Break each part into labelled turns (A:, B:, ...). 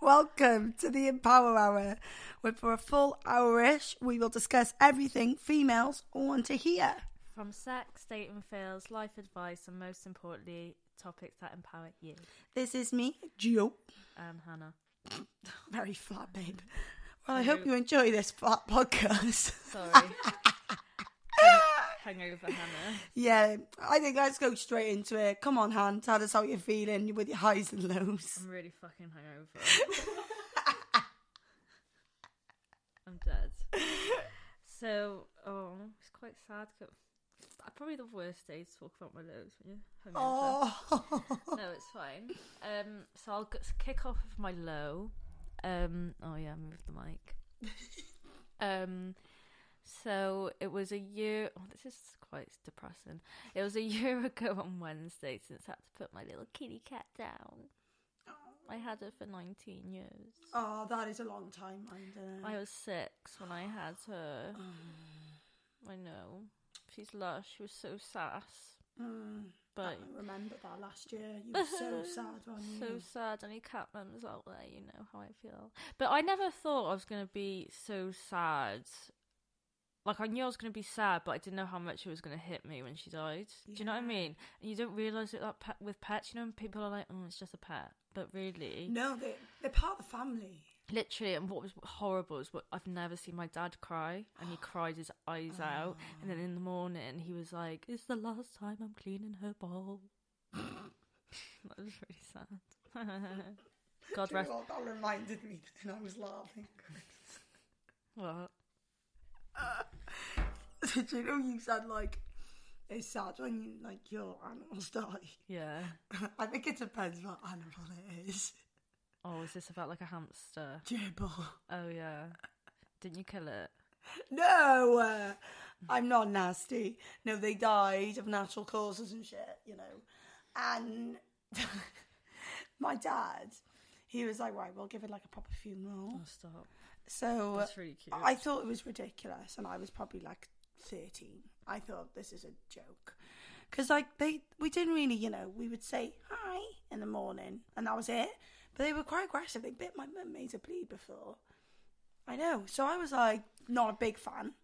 A: welcome to the Empower Hour, where for a full hour-ish, we will discuss everything females want to hear.
B: From sex, dating fails, life advice, and most importantly, topics that empower you.
A: This is me, Gio.
B: Um, Hannah.
A: Very flat, babe. Well, I hope you enjoy this flat podcast.
B: Sorry. Hung- Hungover Hannah.
A: yeah, I think let's go straight into it. Come on, Han, tell us how you're feeling with your highs and lows.
B: I'm really fucking hungover. I'm dead. So, oh, it's quite sad. 'cause- Probably the worst day to talk about my lows when you're hungover.
A: Oh,
B: no, it's fine. Um, so I'll g- kick off with my low. Um, oh yeah, move the mic. um, so it was a year. Oh, this is quite depressing. It was a year ago on Wednesday since I had to put my little kitty cat down. I had her for 19 years.
A: oh, that is a long time, mind, isn't it?
B: I was six when I had her. I know. She's lush. She was so sass.
A: Mm,
B: But
A: I remember that last year. You were so sad, weren't you?
B: So sad. Any cat mums out there, you know how I feel. But I never thought I was going to be so sad. Like, I knew I was going to be sad, but I didn't know how much it was going to hit me when she died. Do you know what I mean? And you don't realise it like, pet, with pets. You know, when people are like, oh, it's just a pet. But really,
A: No, they, they're part of the family.
B: literally, and what was horrible is what I've never seen my dad cry. And he cried his eyes
A: Oh.
B: out. And then in the morning, he was like, it's the last time I'm cleaning her bowl. that was really sad. God
A: Do you
B: rest.
A: know what? That reminded me, and I was laughing.
B: What?
A: Did you know you said like it's sad when you like your animals die?
B: Yeah.
A: I think it depends what animal it is.
B: Oh, is this about like a hamster?
A: Jibble.
B: Oh yeah. Didn't you kill it?
A: No, uh, I'm not nasty. No, they died of natural causes and shit, you know. And my dad, he was like, right, we'll give it like a proper funeral.
B: Oh stop.
A: So
B: That's really cute.
A: I thought it was ridiculous, and I was probably like thirteen. I thought this is a joke because like they we didn't really, you know, we would say hi in the morning, and that was it. But they were quite aggressive. They bit my mummate's a bleed before. I know, so I was like not a big fan.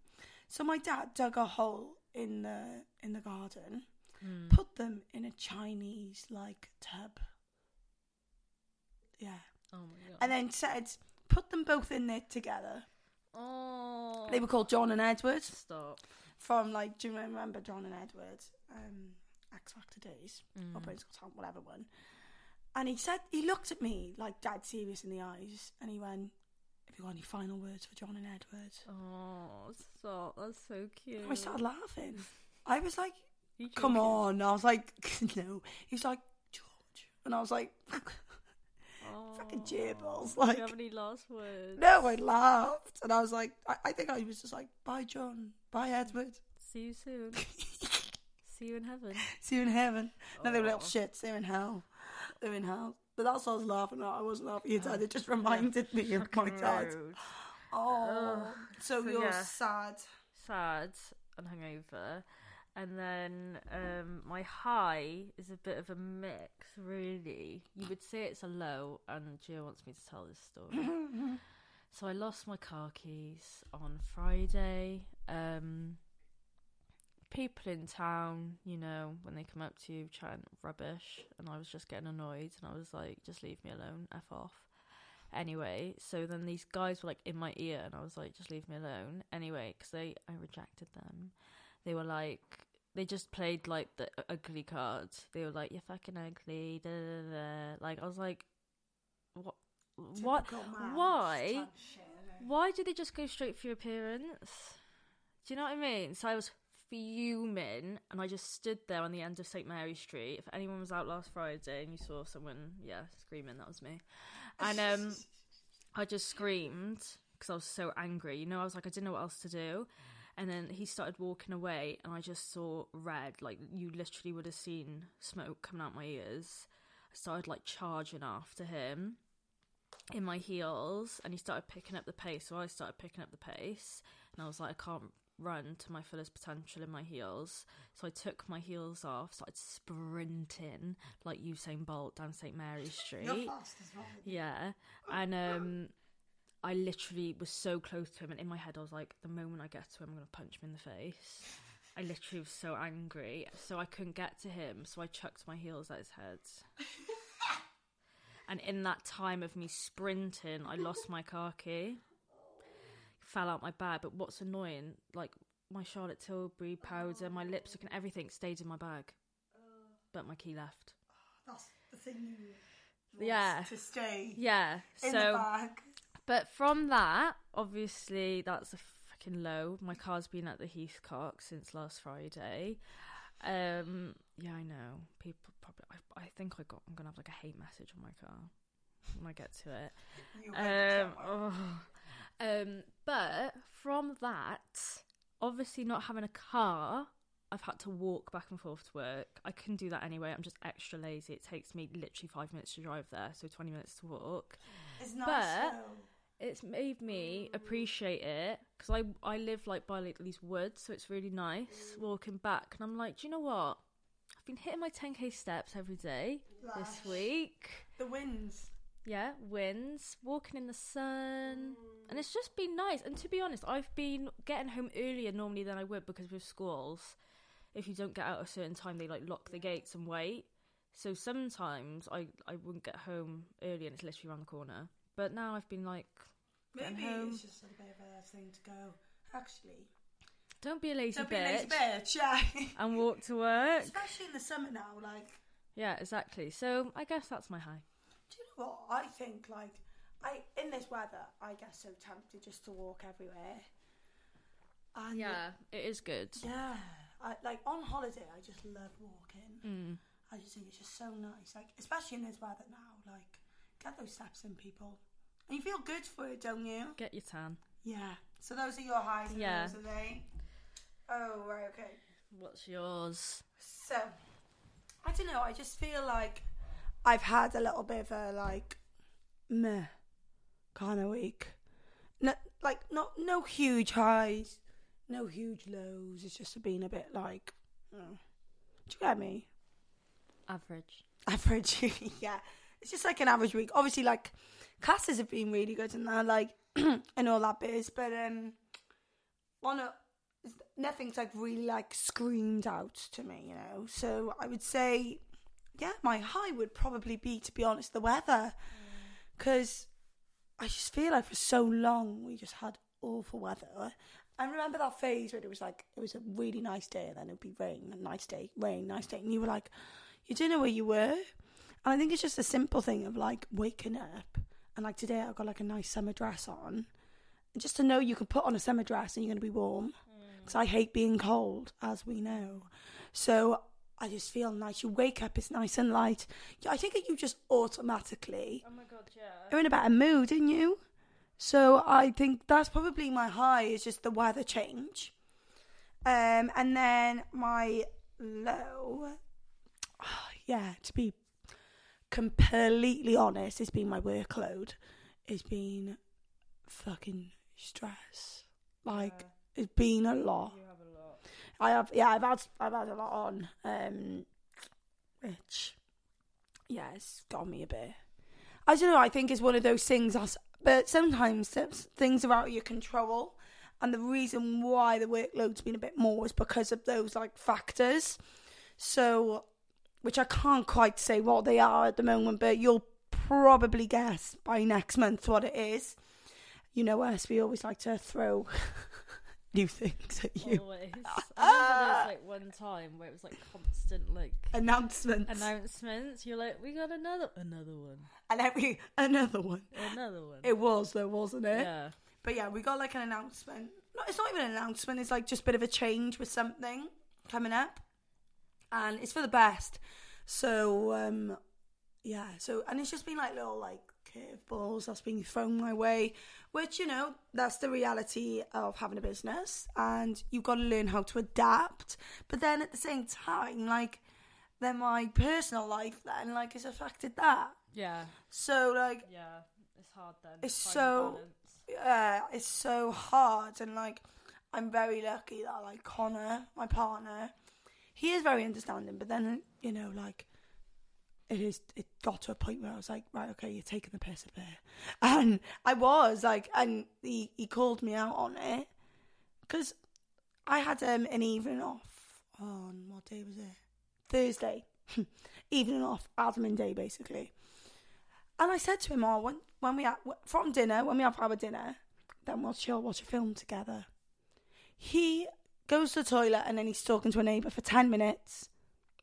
A: So my dad dug a hole in the in the garden,
B: Hmm.
A: put them in a Chinese like tub. Yeah.
B: Oh my god.
A: And then said, put them both in there together.
B: oh.
A: They were called John and Edward
B: stop.
A: from like do you remember John and Edward, um, X Factor Days
B: Hmm. Mm.
A: or Britain's Got Talent, whatever one. And he said he looked at me like dead serious in the eyes, and he went, "Have you got any final words for John and Edward?"
B: Oh stop. That's so cute.
A: And I started laughing. I was like,
B: You
A: "Come
B: joking.
A: on!" I was like, "No." He was like, "George," and I was like,
B: Oh.
A: "Fucking gerbils!"
B: Do
A: Like,
B: you have any last words?
A: no, I laughed, and I was like, I, I think I was just like, "Bye, John. Bye, Edward."
B: See you soon. See you in heaven.
A: See you in heaven. No, they were little
B: Aw.
A: shits. They're in hell. They're in hell. But that's what I was laughing at. I wasn't laughing at your dad. It just reminded me of my dad.
B: Rude.
A: Oh, so,
B: So,
A: you're
B: yeah.
A: sad.
B: sad and hungover. And then um, my high is a bit of a mix, really. You would say it's a low, and Gio wants me to tell this story. so I lost my car keys on Friday. Um, people in town, you know, when they come up to you chatting rubbish, and I was just getting annoyed, and I was like, just leave me alone, F off. Anyway, so then these guys were like in my ear, and I was like, just leave me alone. Anyway, because they, I rejected them. They were like, they just played like the u- ugly card. They were like, you're fucking ugly. Da, da, da, da. Like I was like, what? What?
A: Typical man.
B: Why?
A: Type shit, innit?
B: Why do they just go straight for your appearance? Do you know what I mean? So I was fuming and I just stood there on the end of St. Mary Street. If anyone was out last Friday and you saw someone, yeah, screaming, that was me. And um, I just screamed because I was so angry. You know, I was like, I didn't know what else to do. And then he started walking away and I just saw red. Like, you literally would have seen smoke coming out my ears. I started like charging after him in my heels and he started picking up the pace so i started picking up the pace and i was like i can't run to my fullest potential in my heels. So I took my heels off, started sprinting like Usain Bolt down St Mary's Street.
A: You're fast as well.
B: Yeah. And um I literally was so close to him and in my head I was like, the moment I get to him I'm gonna punch him in the face. I literally was so angry. So I couldn't get to him, so I chucked my heels at his head. and in that time of me sprinting, I lost my car key. Fell out my bag. But what's annoying, like my Charlotte Tilbury powder, my lipstick and everything stayed in my bag. But my key left.
A: That's the thing you want
B: Yeah.
A: to stay
B: Yeah.
A: in
B: so
A: the bag.
B: But from that, obviously, that's a fucking low. My car's been at the Heathcock since last Friday. Um, yeah, I know. People probably. I, I think I got. I'm gonna have like a hate message on my car when I get to it.
A: You
B: Um,
A: went
B: oh. um, but from that, obviously, not having a car. I've had to walk back and forth to work. I couldn't do that anyway. I'm just extra lazy. It takes me literally five minutes to drive there, so 20 minutes to walk
A: it's nice
B: but-
A: though.
B: it's made me appreciate it because I I live like by like these woods, so it's really nice walking back. And I'm like, do you know what? I've been hitting my 10k steps every day
A: Lush.
B: this week.
A: The winds.
B: Yeah, winds, walking in the sun, and it's just been nice. And to be honest, I've been getting home earlier normally than I would because with schools, if you don't get out at a certain time, they like lock the gates and wait. So sometimes I I wouldn't get home early, and it's literally around the corner. But now I've been like. getting
A: Maybe
B: home.
A: it's just a bit of a thing to go. Actually,
B: Don't be a lazy
A: don't
B: bitch
A: be a lazy bitch. Yeah.
B: and walk to work.
A: Especially in the summer now, like
B: Yeah, exactly. So I guess that's my high.
A: Do you know what? I think like I in this weather, I get so tempted just to walk everywhere. And
B: it is good.
A: yeah. I, like on holiday, I just love walking. I just think it's just so nice, like especially in this weather now. Like get those steps in, people, and you feel good for it, don't you?
B: Get your tan.
A: Yeah. So those are your highs. And
B: Yeah.
A: Those are they? Oh right, okay.
B: What's yours?
A: So, I don't know. I just feel like I've had a little bit of a like meh kind of week. No, like not no huge highs, no huge lows. It's just been a bit like, mm. do you get me?
B: Average.
A: Average. yeah, it's just like an average week. Obviously, like classes have been really good and that, like and all that biz. But um, on a nothing's like really like screamed out to me, you know. So I would say, yeah, my high would probably be, to be honest, the weather, because I just feel like for so long we just had awful weather. I remember that phase when it was like it was a really nice day, and then it'd be rain, a nice day, rain, nice day, and you were like, you didn't know where you were. And I think it's just a simple thing of like waking up, and like today I've got like a nice summer dress on, and just to know you can put on a summer dress and you're going to be warm because I hate being cold, as we know. So I just feel nice. You wake up, it's nice and light. Yeah, I think that you just automatically
B: Oh my god, yeah.
A: are in a better mood, didn't you? So I think that's probably my high is just the weather change. Um, and then my low, yeah, to be completely honest, it's been my workload. It's been fucking stress. Like, it's been a lot.
B: You have a lot.
A: I have yeah, I've had I've had a lot on. Um which yeah, it's got me a bit. I don't know, I think it's one of those things that's but sometimes that's- things are out of your control. And the reason why the workload's been a bit more is because of those like factors. So which I can't quite say what they are at the moment, but you'll probably guess by next month what it is. You know us, we always like to throw new things at you.
B: Always. I remember there was like one time where it was like constant like
A: announcements
B: announcements. You're like, we got another another one.
A: and every another one.
B: Another one.
A: It was though, wasn't it?
B: yeah.
A: But yeah, we got like an announcement. No, it's not even an announcement. It's like just a bit of a change with something coming up, and it's for the best. So um, yeah. So and it's just been like little like curveballs that's been thrown my way, which you know that's the reality of having a business, and you've got to learn how to adapt. But then at the same time, like then my personal life then like has affected that.
B: Yeah.
A: So like
B: Yeah. It's hard then.
A: It's so- yeah, it's so hard and like I'm very lucky that like Connor, my partner, he is very understanding. But then you know, like it is, it got to a point where I was like, right, okay, you're taking the piss a bit, and I was like, and he he called me out on it because I had um, an evening off on what day was it? Thursday, evening off, admin day basically. And I said to him, "Oh, when when we have, from dinner, when we have our dinner, then we'll chill, watch a film together." He goes to the toilet and then he's talking to a neighbour for ten minutes.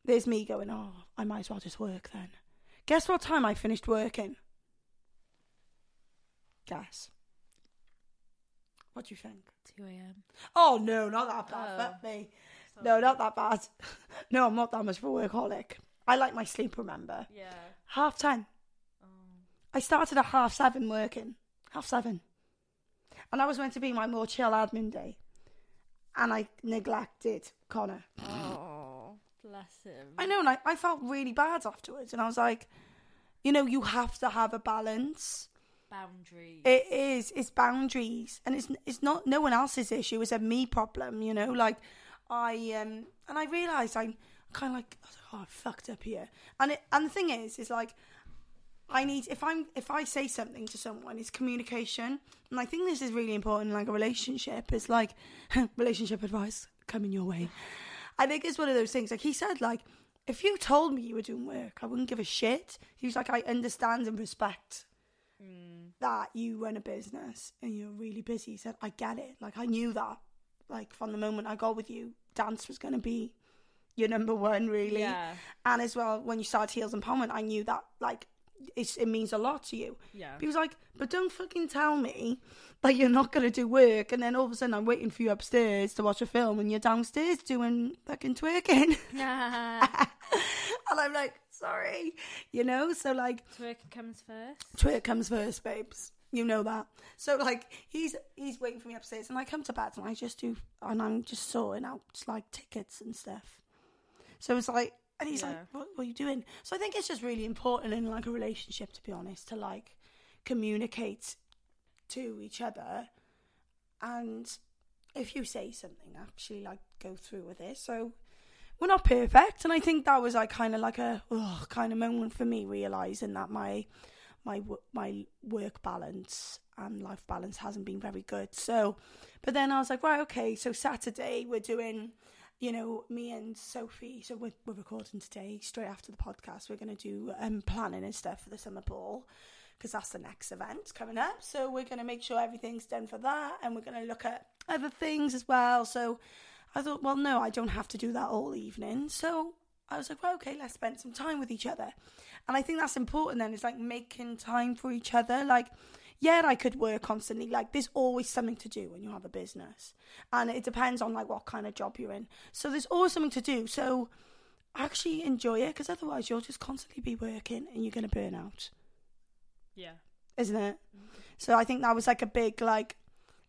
A: There's me going, "Oh, I might as well just work then." Guess what time I finished working? Guess. What do you think?
B: 2 a.m.
A: Oh no, not that bad.
B: Oh.
A: Fuck me. No, not that bad. no, I'm not that much of a workaholic. I like my sleep. Remember,
B: Yeah.
A: half ten.
B: Oh.
A: I started at half seven working, half seven. And that was meant to be my more chill admin day. And I neglected Connor.
B: Oh, bless him.
A: I know, like, I felt really bad afterwards. And I was like, you know, you have to have a balance.
B: Boundaries.
A: It is, it's boundaries. And it's, it's not no one else's issue, it's a me problem, you know? Like, I, um, and I realised I'm kind of like, I was like, oh, I fucked up here. And it, and the thing is, is like, I need if I'm if I say something to someone, it's communication, and I think this is really important. in, Like a relationship is like relationship advice coming your way. I think it's one of those things. Like he said, like if you told me you were doing work, I wouldn't give a shit. He was like, I understand and respect that you run a business and you're really busy. He said, I get it. Like I knew that. Like from the moment I got with you, dance was going to be your number one, really.
B: Yeah.
A: And as well, when you started Heels and Pommen, I knew that like it's, it means a lot to you.
B: Yeah.
A: He was like, but don't fucking tell me that you're not gonna do work, and then all of a sudden I'm waiting for you upstairs to watch a film, and you're downstairs doing fucking twerking,
B: Nah.
A: and I'm like, sorry, you know. So like,
B: Twerking comes first.
A: Twitter comes first, babes. You know that. So like he's he's waiting for me upstairs, and I come to bed and I just do, and I'm just sorting out like tickets and stuff. So it's like, and he's like,
B: Yeah.
A: what, "What are you doing?" So I think it's just really important in like a relationship, to be honest, to like communicate to each other, and if you say something, actually like go through with it. So we're not perfect, and I think that was like kind of like a oh, kind of moment for me realizing that my my wo- my work balance and life balance hasn't been very good. So, but then I was like, right, okay. So Saturday we're doing, you know, me and Sophie. So we're, we're recording today straight after the podcast. We're going to do um, planning and stuff for the summer ball because that's the next event coming up. So we're going to make sure everything's done for that, and we're going to look at other things as well. So I thought, well, no, I don't have to do that all evening. So I was like, well, okay, let's spend some time with each other. And I think that's important then, is like making time for each other. Like, yeah, I could work constantly. Like, there's always something to do when you have a business. And it depends on like what kind of job you're in. So there's always something to do. So actually enjoy it because otherwise you'll just constantly be working and you're going to burn out
B: Yeah.
A: isn't it?
B: Mm.
A: So I think that was like a big like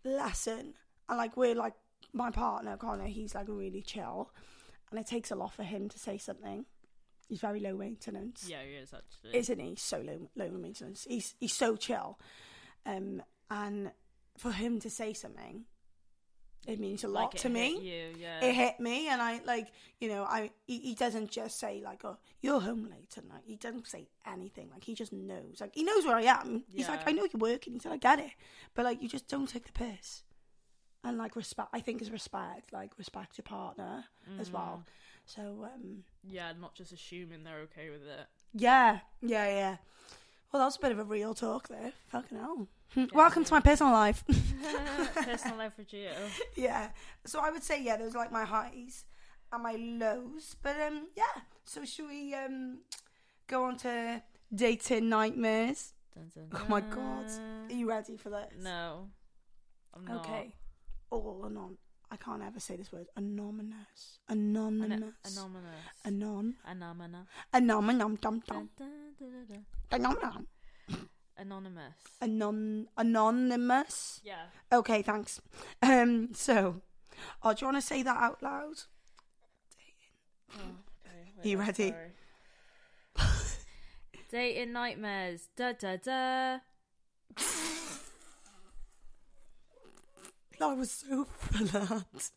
A: lesson, and like we're like my partner Connor, he's like really chill, and it takes a lot for him to say something. He's very low maintenance,
B: Yeah, it is actually.
A: isn't he? He's so low, low maintenance. He's he's so chill, um, and for him to say something, it means a lot
B: Like, it
A: to me
B: hit You, yeah.
A: it hit me and i like you know i he, he doesn't just say like oh you're home late tonight he doesn't say anything like he just knows like he knows where i am he's like
B: Yeah.
A: i know you're working he said i get it but like you just don't take the piss and like respect i think is respect like respect your partner
B: Mm.
A: as well so um
B: yeah, not just assuming they're okay with it.
A: yeah yeah yeah well that was a bit of a real talk there fucking hell welcome to my personal life
B: Personal Oh. life for Gio.
A: yeah. So I would say yeah, those are like my highs and my lows. But um yeah. So should we um go on to dating nightmares?
B: Dun, dun,
A: Oh my god.
B: dun.
A: Are you ready for this?
B: No. I'm not.
A: Okay. Oh, All anon I can't ever say this word. Anonymous. Anonymous.
B: An- anonymous.
A: Anon.
B: Anonymous.
A: Anonym dum
B: Dun,
A: dum.
B: dun, dun, dun, dun.
A: Anonym.
B: Anonymous.
A: Anon anonymous.
B: Yeah.
A: Okay, thanks. Um so oh, do you wanna say that out loud?
B: Oh, Okay,
A: you
B: I'm
A: ready?
B: sorry. Dating nightmares. Da da da.
A: I was so full of that.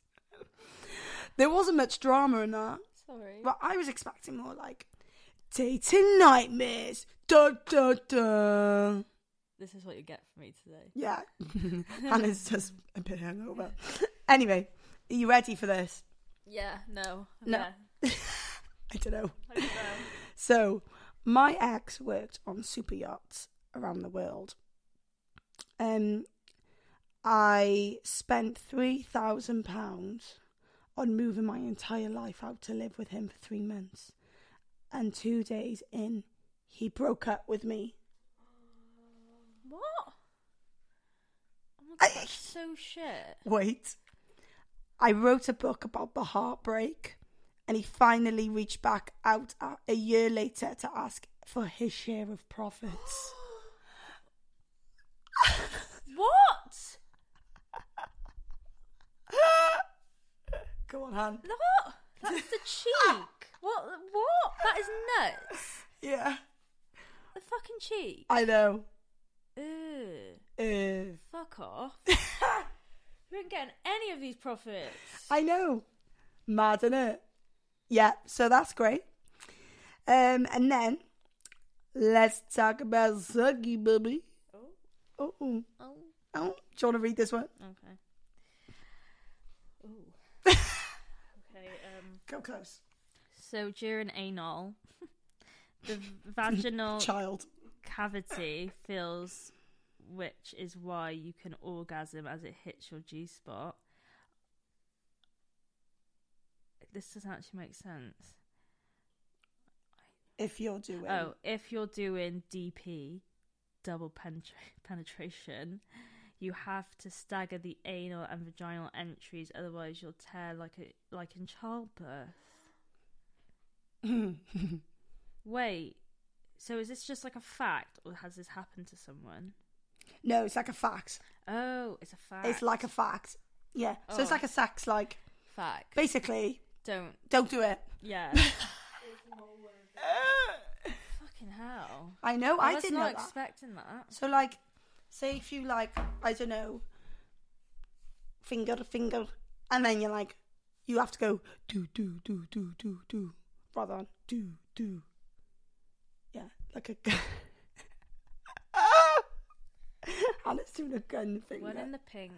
A: There wasn't much drama in that.
B: Sorry.
A: But I was expecting more like dating nightmares. Da da da.
B: This is what you get from me today.
A: Yeah. Hannah's just a bit hungover. Anyway, are you ready for this?
B: Yeah, no.
A: No.
B: Yeah.
A: I don't know.
B: I don't know.
A: So, my ex worked on super yachts around the world. Um, I spent three thousand pounds on moving my entire life out to live with him for three months, and two days in, he broke up with me.
B: What? Oh
A: I-
B: my god, that's so shit.
A: Wait, I wrote a book about the heartbreak, and he finally reached back out a a year later to ask for his share of profits.
B: What?
A: Go on, Han.
B: What? That's the cheek. What? What? That is nuts.
A: Yeah.
B: The fucking cheek.
A: I know.
B: Ugh.
A: Uh,
B: Fuck off. you ain't getting any of these profits.
A: I know. Mad, is it? Yeah, so that's great. Um, and then let's talk about Zuggy Baby.
B: Oh.
A: Oh, oh,
B: Oh.
A: oh. Do you want to read this one?
B: Okay. Ooh. okay. Um.
A: Go close.
B: So during anal, the vaginal
A: Child.
B: cavity feels, which is why you can orgasm as it hits your G spot. This doesn't actually make sense.
A: If you're doing.
B: Oh, if you're doing DP, double penetra- penetration, you have to stagger the anal and vaginal entries, otherwise you'll tear like a like in childbirth. Wait, so is this just like a fact, or has this happened to someone?
A: no, it's like a fact.
B: Oh, it's a fact.
A: It's like a fact. Yeah. So it's
B: Oh.
A: like a sex, like,
B: fact.
A: basically,
B: Don't.
A: don't do it.
B: Yeah. Fucking hell.
A: I know, I,
B: was
A: didn't know
B: not
A: that.
B: expecting that.
A: So like, say if you like, I don't know, finger to finger, and then you're like, you have to go do do do do do do, rather than do do. Yeah, like a gun. and it's doing a gun finger.
B: One in the pink,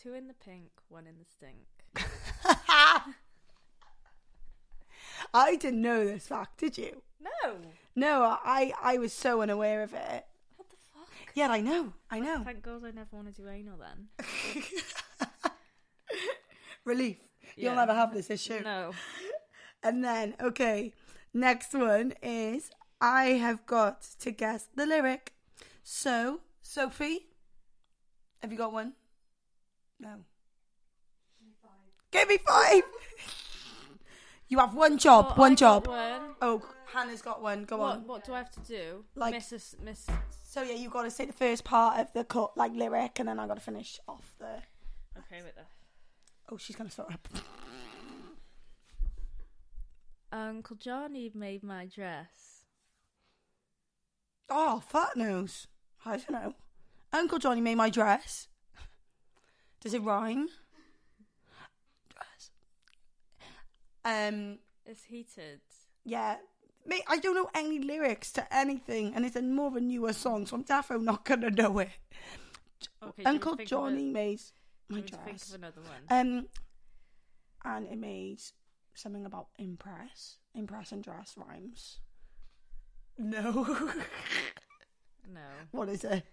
B: two in the pink, one in the stink.
A: I didn't know this fact, did you?
B: No.
A: No, I I was so unaware of it.
B: What the fuck?
A: Yeah, I know, I know.
B: Thank God I never want to do anal then.
A: Relief. You'll
B: Yeah.
A: never have this issue.
B: No.
A: And then, okay, next one is I have got to guess the lyric. So, Sophie, have you got one? No. Give me five. you have one job.
B: Well,
A: one
B: I got
A: job.
B: One.
A: Oh, Hannah's got one. Go
B: What,
A: on.
B: what do I have to do?
A: Like-
B: miss a s miss.
A: So yeah, you got to say the first part of the cut, like lyric, and then I got to finish off the.
B: Okay, with that.
A: Oh, she's gonna start up.
B: Uncle Johnny made my dress.
A: Oh, fat nose. I don't know. Uncle Johnny made my dress. Does it rhyme? Dress. Um.
B: It's heated.
A: Yeah. Mate, I don't know any lyrics to anything, and it's a more of a newer song, so I'm definitely not gonna know it.
B: Okay,
A: Uncle Johnny made my
B: Made Think
A: dress.
B: of another one.
A: Um. And it made something about impress. Impress and dress rhymes. No.
B: no.
A: what is it?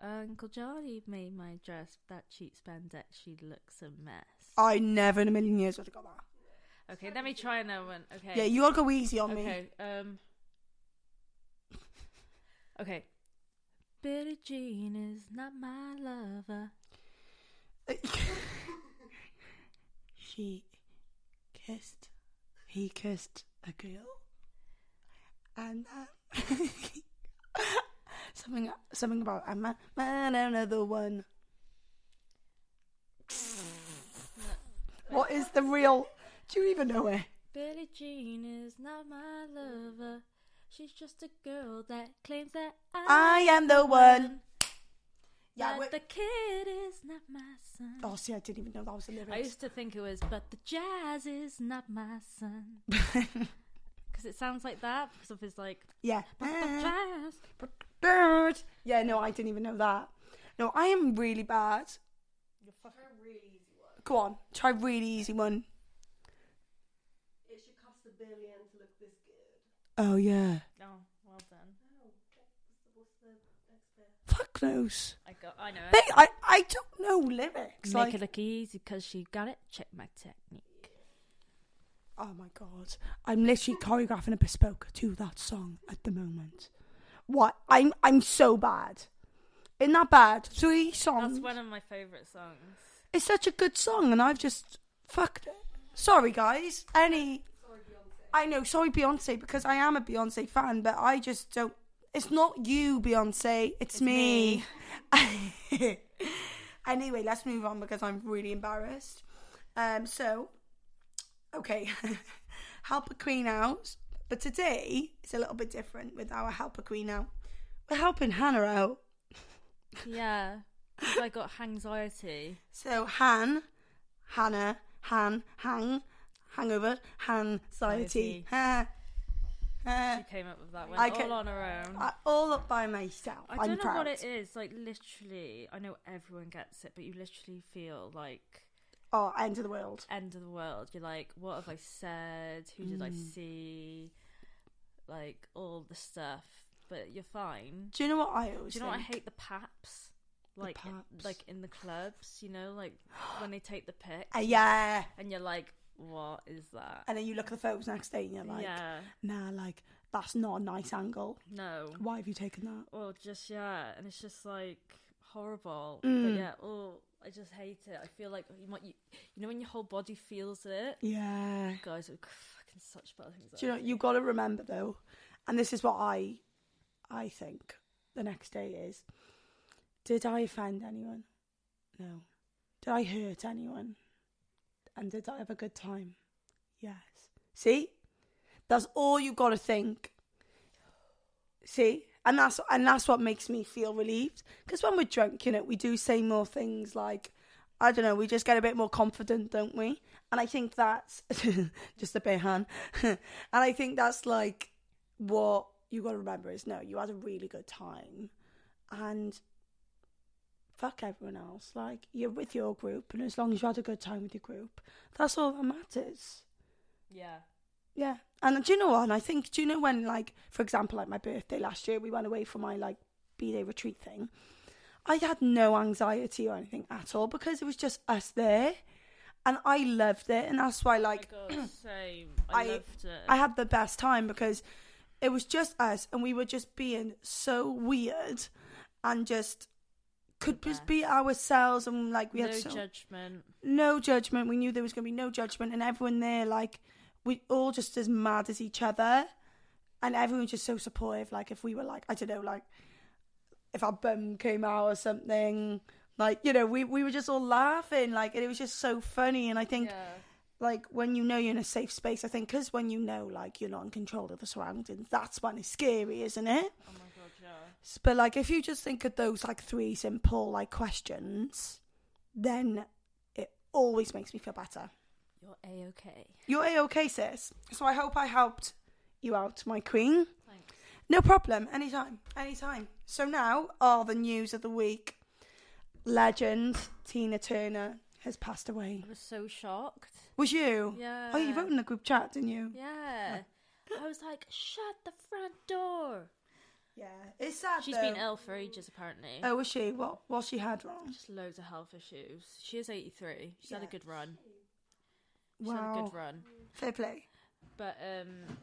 B: Uncle Johnny made my dress. That cheap spandex. She looks a mess.
A: I never in a million years would have got that.
B: Okay, let me try another one. Okay.
A: Yeah, you gotta go easy on me.
B: Okay. Um. Okay. Billie Jean is not my lover.
A: she kissed, he kissed a girl, and then something, something about a man, man and another one. What is the real? Do you even know it?
B: Billie Jean is not my lover. She's just a girl that claims that I.
A: I am the one. Yeah,
B: but
A: we're-
B: the kid is not my son.
A: Oh, see, I didn't even know that was a lyric.
B: I used to think it was, but the jazz is not my son. Because it sounds like that because of his like
A: yeah. Eh.
B: jazz.
A: Bird. Yeah, no, I didn't even know that. No, I am really bad.
B: You're fucking really easy one.
A: Go on, try a really easy one.
C: It should cost a billion to look this good.
A: Oh yeah.
B: Oh, well done.
C: No, what's the, what's the next bit?
A: Fuck knows.
B: I got. I know.
A: Ba- I I don't know lyrics.
B: Make
A: like,
B: it look easy because she got it. Check my technique.
A: oh my god, I'm literally choreographing a bespoke to that song at the moment. What? I'm I'm so bad. Isn't that bad? Three songs.
B: That's one of my favorite songs.
A: It's such a good song, and I've just fucked it. Sorry, guys. Any. I know, sorry, Beyonce, because I am a Beyonce fan, but I just don't. It's not you, Beyonce. It's, me. anyway, let's move on because I'm really embarrassed. Um, so, okay, help a queen out. But today it's a little bit different with our help a queen out. We're helping Hannah out.
B: Yeah, 'cause I got anxiety.
A: So Han, Hannah, Han, Hang, Hangover, Han, Society.
B: Anxiety.
A: Ha. Ha.
B: She came up with that one
A: I
B: all
A: can-
B: on her own.
A: I- All up by myself.
B: I
A: am
B: don't know
A: proud.
B: what it is. Like literally, I know everyone gets it, but you literally feel like
A: Oh, end of the world.
B: end of the world. You're like, what have I said? Who did I
A: Mm.
B: see? Like all the stuff, but you're fine.
A: Do you know what I always
B: Do you know what I
A: think?
B: hate? The paps, like i-
A: paps.
B: like in the clubs. You know, like when they take the pic,
A: Uh, yeah.
B: and you're like, what is that?
A: And then you look at the photos next day and you're like,
B: yeah,
A: nah, like, that's not a nice angle.
B: no,
A: Why have you taken that?
B: or just yeah, and it's just like horrible.
A: Mm.
B: But yeah, oh, I just hate it. I feel like you might, you, you know, when your whole body feels it.
A: Yeah.
B: Guys, I've got fucking such bad anxiety.
A: Do you know, you got to remember though, and this is what I, I think the next day is. Did I offend anyone? No. Did I hurt anyone? And did I have a good time? Yes. See, that's all you got to think. See, and that's and that's what makes me feel relieved because when we're drunk, you know, we do say more things like. I don't know, we just get a bit more confident, don't we? And I think that's just a bit Han. and I think that's like what you gotta remember is no, you had a really good time and fuck everyone else. Like you're with your group and as long as you had a good time with your group, that's all that matters.
B: yeah,
A: Yeah. And do you know what? And I think, do you know when, like, for example, like my birthday last year, we went away for my, like, B Day retreat thing. I had no anxiety or anything at all because it was just us there. And I loved it. And that's why, like,
B: Oh my God, same. I,
A: I-
B: loved it.
A: I had the best time because it was just us and we were just being so weird and just could just be ourselves and, like, we
B: no
A: had so
B: judgment.
A: no judgment. We knew there was going to be no judgment, and everyone there, like, we all just as mad as each other, and everyone was just so supportive. Like, if we were like, I don't know, like, if our bum came out or something, like, you know, we we were just all laughing, like, and it was just so funny. And I think,
B: Yeah.
A: like, when you know you're in a safe space, I think because when you know, like, you're not in control of the surroundings, that's when it's scary, isn't it?
B: Oh my god, yeah.
A: S- But like, if you just think of those like three simple like questions, then it always makes me feel better.
B: You're a okay.
A: You're a okay, sis. So I hope I helped you out, my queen.
B: Thanks.
A: No problem. Anytime. Anytime. So now are the news of the week. Legend Tina Turner has passed away.
B: I was so shocked.
A: Was you?
B: Yeah.
A: Oh, you wrote in the group chat, didn't you?
B: Yeah. I was like, shut the front door.
A: Yeah. It's sad.
B: She's
A: though.
B: been ill for ages, apparently.
A: Oh, was she? What? What she had wrong?
B: Just loads of health issues. She is 83. She's had a
A: Yeah.
B: good run. She's had a
A: Wow.
B: good run.
A: Fair play.
B: But, um,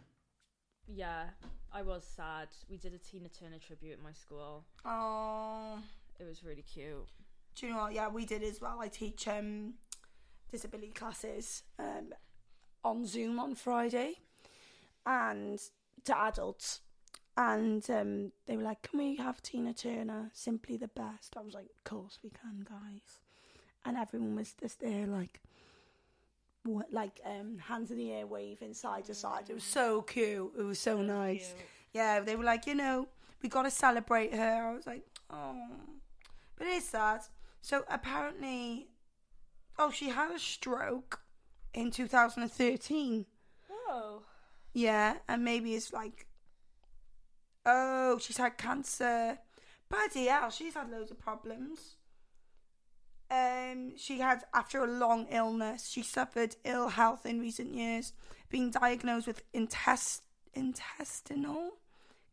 B: yeah, I was sad. We did a Tina Turner tribute at my school.
A: Oh.
B: It was really cute.
A: Do you know what? Yeah, we did as well. I teach um, disability classes um, on Zoom on Friday and to adults. And um, they were like, Can we have Tina Turner? Simply the best. I was like, Of course we can, guys. And everyone was just there, like, what, like um, hands in the air, waving side to side. It was so cute. It was so nice.
B: Cute.
A: Yeah, they were like, You know, we got to celebrate her. I was like, Oh. But it's sad. So apparently, oh, she had a stroke in 2013.
B: Oh.
A: Yeah, and maybe it's like, oh, she's had cancer. Bloody hell, she's had loads of problems. Um, she had after a long illness, she suffered ill health in recent years, being diagnosed with intest intestinal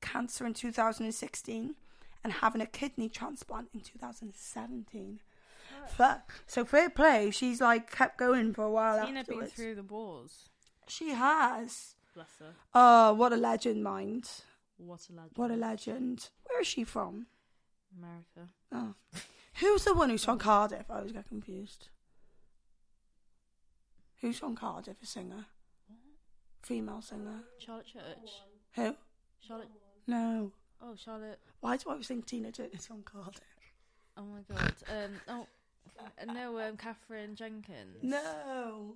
A: cancer in 2016 and having a kidney transplant in 2017. Fuck. So fair play. She's like kept going for a while
B: Tina been
A: afterwards.
B: through the wars.
A: She has.
B: Bless her.
A: Oh, what a legend, mind.
B: What a legend.
A: What a legend. Where is she from?
B: America.
A: Oh. Who's the one who's from Cardiff? I always get confused. Who's from Cardiff? A singer? Female singer?
B: Charlotte Church.
A: Who?
B: Charlotte.
A: No.
B: Oh, Charlotte.
A: Why do I always think Tina Turner's from Cardiff?
B: Oh my god. Um. Oh. uh, No. Um. Catherine Jenkins.
A: No.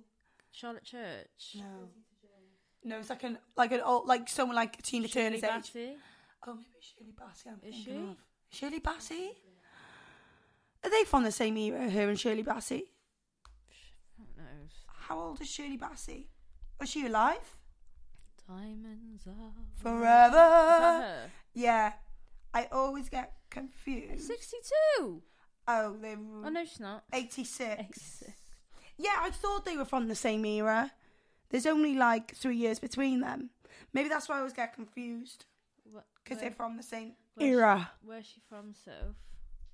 B: Charlotte Church.
A: No. No, it's like an like an old like someone like Tina
B: Shirley
A: Turner's age.
B: Bassey.
A: Oh, maybe it's Shirley Bassey. I'm
B: Is
A: thinking
B: she?
A: of Shirley Bassey. Are they from the same era? Her and Shirley Bassey.
B: Who knows?
A: How old is Shirley Bassey? Is she alive?
B: Diamonds are. Is that
A: Forever.
B: her?
A: Yeah. I always get confused.
B: Sixty-two.
A: Oh, they're
B: Oh no, she's not.
A: 86.
B: 86.
A: Yeah, I thought they were from the same era. There's only like three years between them. Maybe that's why I always get confused
B: What?
A: because
B: where-
A: they're from the same
B: where's-
A: era.
B: Where's she from, Soph?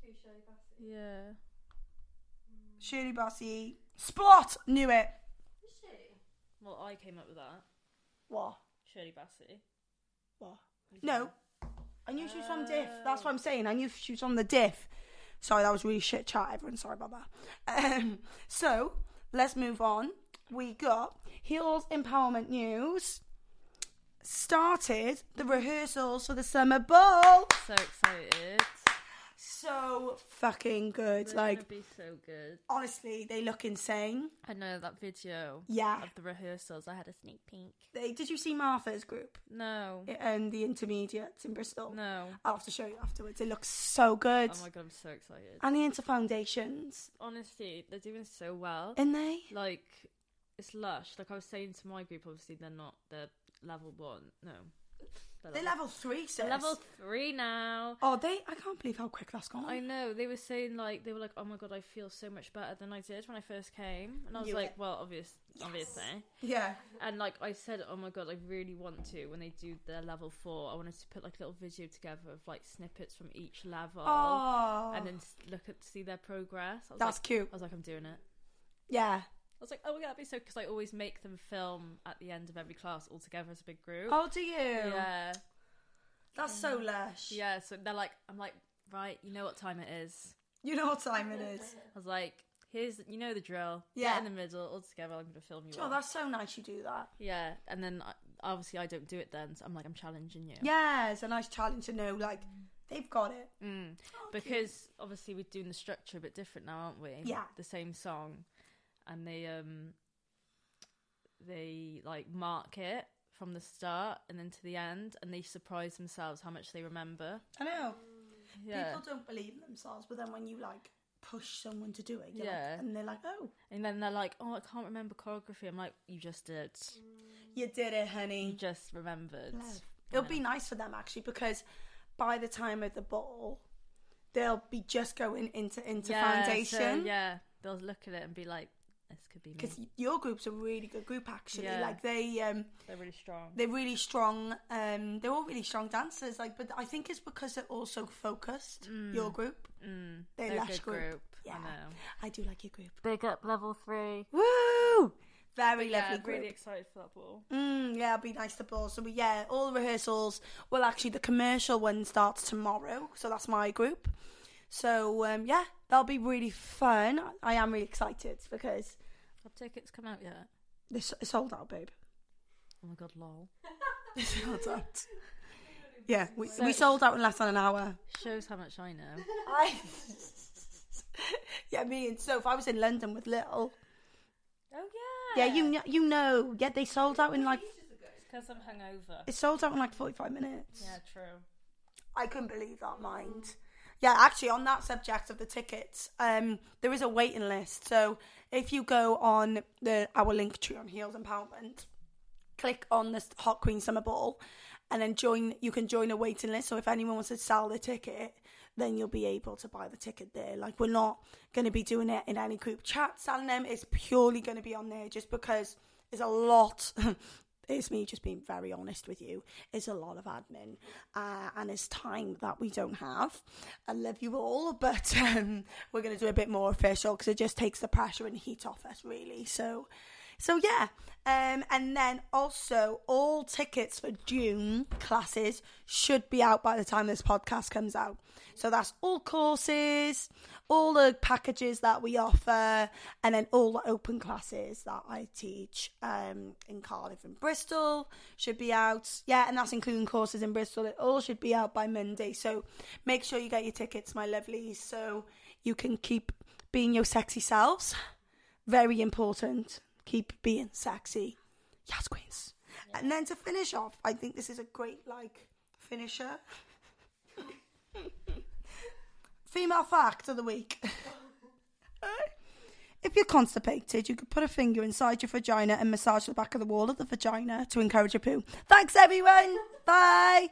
C: Who Shirley Bassey?
B: Yeah.
A: Shirley Bassey. Splot! Knew it.
C: Is she?
B: Well, I came up with that.
A: What?
B: Shirley Bassey.
A: What? No. I knew she was from Diff. That's what I'm saying. I knew she was on the Diff. Sorry, that was really shit chat, everyone. Sorry about that. Um, so, let's move on. We got Heels Empowerment News. Started the rehearsals for the summer ball.
B: So excited.
A: So fucking good.
B: They're
A: Like,
B: gonna be so good.
A: honestly, they look insane.
B: I know that video
A: Yeah.
B: of the rehearsals. I had a sneak peek.
A: They, did you see Martha's group
B: No,
A: and the intermediates in Bristol?
B: no.
A: I'll have to show you afterwards. It looks so good.
B: Oh my god, I'm so excited.
A: and the Inter Foundations,
B: Honestly, they're doing so well.
A: in they?
B: Like, it's lush. Like I was saying to my group, obviously they're not. They're level one. No,
A: They're level three, sis.
B: they're level three now.
A: Oh, they! I can't believe how quick that's gone.
B: I know they were saying like they were like, oh my god, I feel so much better than I did when I first came, and I was
A: Knew
B: like,
A: it.
B: well, obvious, obviously.
A: Yeah,
B: And like I said, oh my god, I really want to when they do their level four. I wanted to put like a little video together of like snippets from each level,
A: Oh.
B: and then s- look at see their progress. I was
A: that's
B: like,
A: cute.
B: I was like, I'm doing it.
A: Yeah.
B: I was like, oh my god, that'd be so because I always make them film at the end of every class all together as a big group.
A: Oh, do you?
B: yeah,
A: That's so lush.
B: yeah. So they're like, I'm like, right, you know what time it is.
A: You know what time it is.
B: I was like, here's you know the drill.
A: Yeah.
B: Get in the middle all together. I'm gonna film you.
A: Oh,
B: all.
A: that's so nice. You do that.
B: yeah. And then I, obviously I don't do it then, so I'm like, I'm challenging you.
A: Yeah, it's a nice challenge to know. Like they've got it.
B: Mm.
A: Oh, cute.
B: because obviously we're doing the structure a bit different now, aren't we?
A: Yeah.
B: The same song, and they um they like mark it from the start and then to the end, and they surprise themselves how much they remember.
A: I know
B: Yeah.
A: people don't believe themselves, but then when you like push someone to do it, you're
B: Yeah.
A: like, and they're like, "Oh,
B: And then they're like, "Oh, I can't remember choreography." I'm like, "You just did.
A: you did it,
B: You
A: honey."
B: just remembered."
A: Mm. Love. It'll be nice for them actually because by the time of the ball, they'll be just going into into
B: so,
A: foundation.
B: yeah, they'll look at it and be like, "This could be me."
A: because your group's a really good group actually
B: Yeah.
A: like they um
B: They're really strong.
A: they're really strong um they're all really strong dancers like but i think it's because they're also focused your group
B: Mm,
A: They're
B: they're a
A: lush
B: good
A: group.
B: group.
A: Yeah.
B: I know.
A: i do like your group
B: Big up level three.
A: woo very
B: yeah,
A: lovely
B: I'm
A: group
B: really excited for that ball.
A: mm, yeah it'll be nice to ball so we, yeah all the rehearsals well actually the commercial one starts tomorrow so that's my group so um yeah that'll be really fun i am really excited because
B: Have tickets come out yet?
A: they're s- sold out babe
B: Oh my god, lol.
A: they're sold out yeah we, we sold out in less than an hour
B: Shows how much I know.
A: I. yeah, me and Soph. I was in London with Little.
B: oh
A: Yeah, you know, you know. Yeah, they sold out in like
B: Because I'm hungover.
A: it sold out in like forty five minutes.
B: Yeah, true.
A: I couldn't believe that. Mind. Yeah, actually, on that subject of the tickets, um, there is a waiting list. So if you go on the our link tree on Heels Empowerment, click on this Hot Queen Summer Ball, and then join. You can join a waiting list. So if anyone wants to sell their ticket, then you'll be able to buy the ticket there. Like we're not going to be doing it in any group chat selling them. It's purely going to be on there, just because there's a lot. it's me just being very honest with you. It's a lot of admin, uh, and it's time that we don't have. I love you all, but um, we're going to do a bit more official because it just takes the pressure and heat off us, really. So, so yeah. Um, and then also, all tickets for June classes should be out by the time this podcast comes out. So that's all courses, all the packages that we offer, and then all the open classes that I teach um, in Cardiff and Bristol should be out. Yeah, and that's including courses in Bristol. It all should be out by Monday. So make sure you get your tickets, my lovelies, so you can keep being your sexy selves very important. Keep being sexy. Yes, queens. And then to finish off, I think this is a great like finisher. Female fact of the week. if you're constipated, you could put a finger inside your vagina and massage the back of the wall of the vagina to encourage a poo. Thanks everyone. Bye.